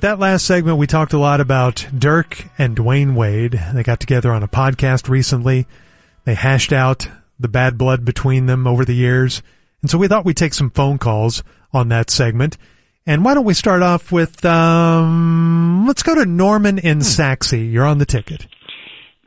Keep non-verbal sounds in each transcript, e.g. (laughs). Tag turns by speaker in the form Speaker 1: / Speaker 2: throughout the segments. Speaker 1: That last segment, we talked a lot about Dirk and Dwayne Wade. They got together on a podcast recently. They hashed out the bad blood between them over the years. And so we thought we'd take some phone calls on that segment. And why don't we start off with, um, let's go to Norman in
Speaker 2: Hmm.
Speaker 1: Saxe. You're on the ticket.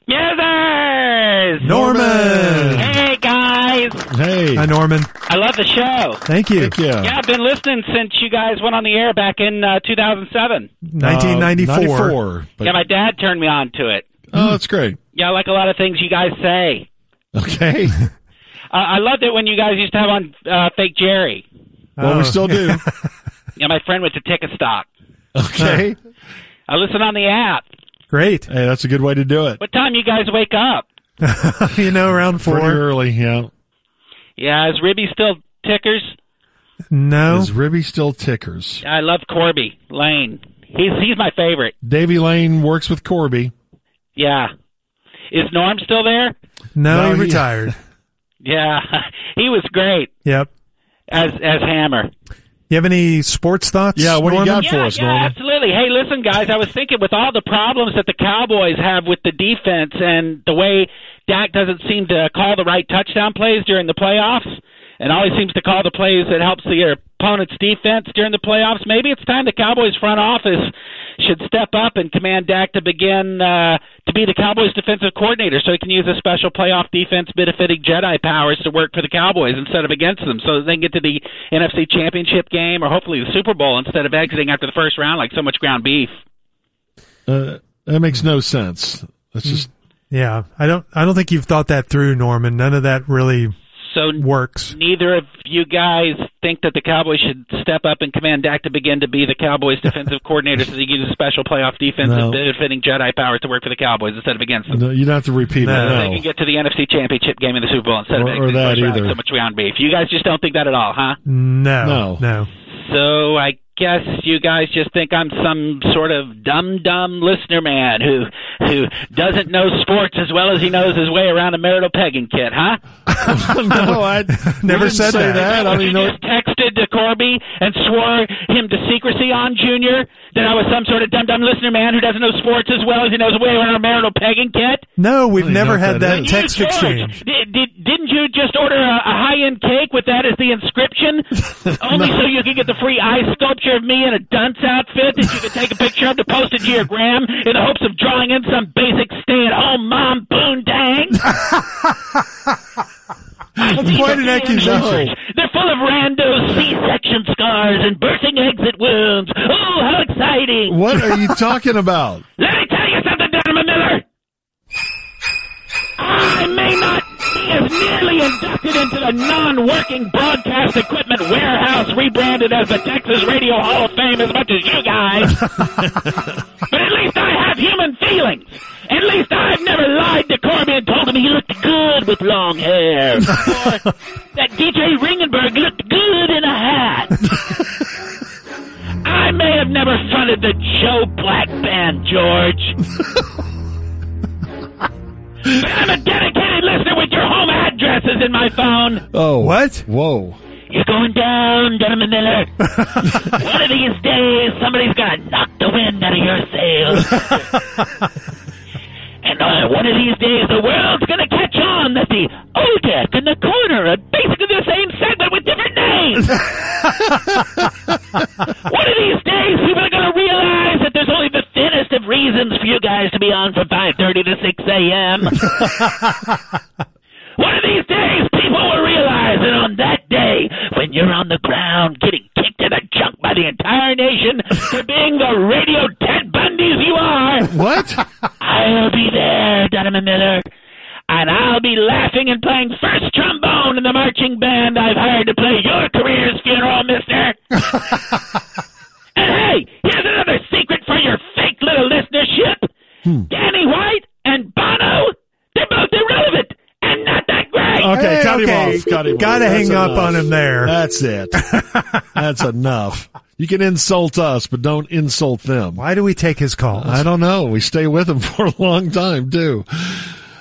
Speaker 3: Yes, sirs!
Speaker 1: Norman!
Speaker 3: Hey, guys!
Speaker 2: Hey,
Speaker 1: Hi, Norman.
Speaker 3: I love the show.
Speaker 1: Thank you.
Speaker 2: thank you.
Speaker 3: Yeah, I've been listening since you guys went on the air back in uh, 2007.
Speaker 2: Uh,
Speaker 1: 1994.
Speaker 2: 94, but-
Speaker 3: Yeah, my dad turned me on to it.
Speaker 2: oh, that's great.
Speaker 3: Yeah, I like a lot of things you guys say.
Speaker 2: Okay.
Speaker 3: Uh, I loved it when you guys used to have on uh, Fake Jerry.
Speaker 2: well,
Speaker 1: Oh.
Speaker 2: we still do.
Speaker 3: Yeah, my friend went to Ticket Stock.
Speaker 2: Okay.
Speaker 3: I listen on the app.
Speaker 1: Great.
Speaker 2: (laughs) hey, that's a good way to do it.
Speaker 3: What time you guys wake up?
Speaker 1: (laughs) you know, around four.
Speaker 2: Pretty early, yeah.
Speaker 3: Yeah, is Ribby still tickers?
Speaker 1: No.
Speaker 2: Is Ribby still tickers?
Speaker 3: I love Corby Lane. He's he's my favorite.
Speaker 2: Davy Lane works with Corby.
Speaker 3: Yeah. Is Norm still there?
Speaker 1: No,
Speaker 2: No,
Speaker 1: he
Speaker 2: he-
Speaker 1: retired.
Speaker 3: Yeah. (laughs) he was great
Speaker 1: yep.
Speaker 3: as as Hammer.
Speaker 1: You have any sports thoughts?
Speaker 2: Yeah, what do you
Speaker 1: Norman?
Speaker 2: got? for us,
Speaker 3: yeah,
Speaker 2: Norman.
Speaker 3: absolutely. Hey, listen, guys, I was thinking with all the problems that the Cowboys have with the defense and the way Dak doesn't seem to call the right touchdown plays during the playoffs and always seems to call the plays that helps their opponent's defense during the playoffs, maybe it's time the Cowboys front office should step up and command Dak to begin uh, to be the Cowboys defensive coordinator so he can use his special playoff defense benefiting Jedi powers to work for the Cowboys instead of against them so that they can get to the NFC championship game or hopefully the Super Bowl instead of exiting after the first round like so much ground beef.
Speaker 2: Uh, that makes no sense. That's just
Speaker 1: Yeah, I don't. I don't think you've thought that through, Norman. None of that really
Speaker 3: So
Speaker 1: works.
Speaker 3: neither of you guys think that the Cowboys should step up and command Dak to begin to be the Cowboys defensive coordinator so they can use a special playoff defense
Speaker 2: No.
Speaker 3: benefiting Jedi powers to work for the Cowboys instead of against them.
Speaker 2: no, you don't have to repeat
Speaker 1: No.
Speaker 3: Hmm. they
Speaker 2: it.
Speaker 3: can
Speaker 2: No.
Speaker 3: get to the NFC Championship game in the Super Bowl instead
Speaker 2: Or-
Speaker 3: of
Speaker 2: or
Speaker 3: making
Speaker 2: that either.
Speaker 3: so much round beef. You guys just don't think that at all, huh?
Speaker 1: No,
Speaker 2: No.
Speaker 1: no.
Speaker 3: So I guess you guys just think I'm some sort of dumb dumb listener man who who doesn't know sports as well as he knows his way around a marital pegging kit, huh?
Speaker 2: (laughs) no, I
Speaker 1: Never
Speaker 2: we didn't
Speaker 1: said
Speaker 2: say
Speaker 1: that.
Speaker 2: that. I don't
Speaker 3: you
Speaker 2: even know.
Speaker 3: just texted to Corby and swore him to secrecy on Junior that I was some sort of dumb dumb listener man who doesn't know sports as well as he knows his way around a marital pegging kit.
Speaker 1: No, we've
Speaker 2: Really
Speaker 1: never
Speaker 2: not
Speaker 1: had
Speaker 2: that
Speaker 1: that
Speaker 2: is.
Speaker 1: text
Speaker 3: George,
Speaker 1: exchange.
Speaker 3: Did, did, didn't you just order a, a high-end cake with that as the inscription,
Speaker 1: (laughs)
Speaker 3: only so you could get the free eye sculpture of me in a dunce outfit that you could take a picture of to post it to your gram in the hopes of drawing in some basic stay-at-home mom
Speaker 1: (laughs)
Speaker 3: boondang?
Speaker 1: Quite an accusation.
Speaker 3: They're full of rando C-section scars and bursting exit wounds. Oh, how exciting!
Speaker 2: What are you talking about?
Speaker 3: Let me tell you something, Dynamo Miller. I may not be as nearly inducted into the non-working broadcast equipment warehouse rebranded as the Texas Radio Hall of Fame as much as you guys, but at least I have human feelings. At least I've never lied to Corby and told him he looked good with long hair, or that DJ Ringenberg looked good in a hat. I may have never fronted the Joe Black Band, George. but I'm a dedicated listener with your home addresses in my phone.
Speaker 2: Oh,
Speaker 1: What?
Speaker 2: Whoa!
Speaker 3: You're going down, Gentleman Miller. One of these days, somebody's going to knock the wind out of your sails. and uh, one of these days, the world's going to catch on that the Oldek and the corner are basically the same segment with different names. one of these days, people are going to realize that there's only the thinnest of reasons for you guys to be on from 5.30 to 6 a.m. One of these days, people will realize that on that day, when you're on the ground getting kicked in the junk by the entire nation for being the radio Ted Bundys you are,
Speaker 2: What?
Speaker 3: I'll be there, Donovan Miller. And I'll be laughing and playing first trombone in the marching band I've hired to play your career's funeral, mister. and hey, here's another secret for your fake little listenership. Danny White and Bono, they're both irrelevant and not that great.
Speaker 2: Okay,
Speaker 1: Hey,
Speaker 2: cut
Speaker 1: okay.
Speaker 2: him off. Cut him off.
Speaker 1: Gotta
Speaker 2: That's
Speaker 1: hang up
Speaker 2: enough.
Speaker 1: on him there.
Speaker 2: That's it. That's enough. You can insult us, but don't insult them.
Speaker 1: Why do we take his calls?
Speaker 2: (laughs) I don't know. We stay with them for a long time, too.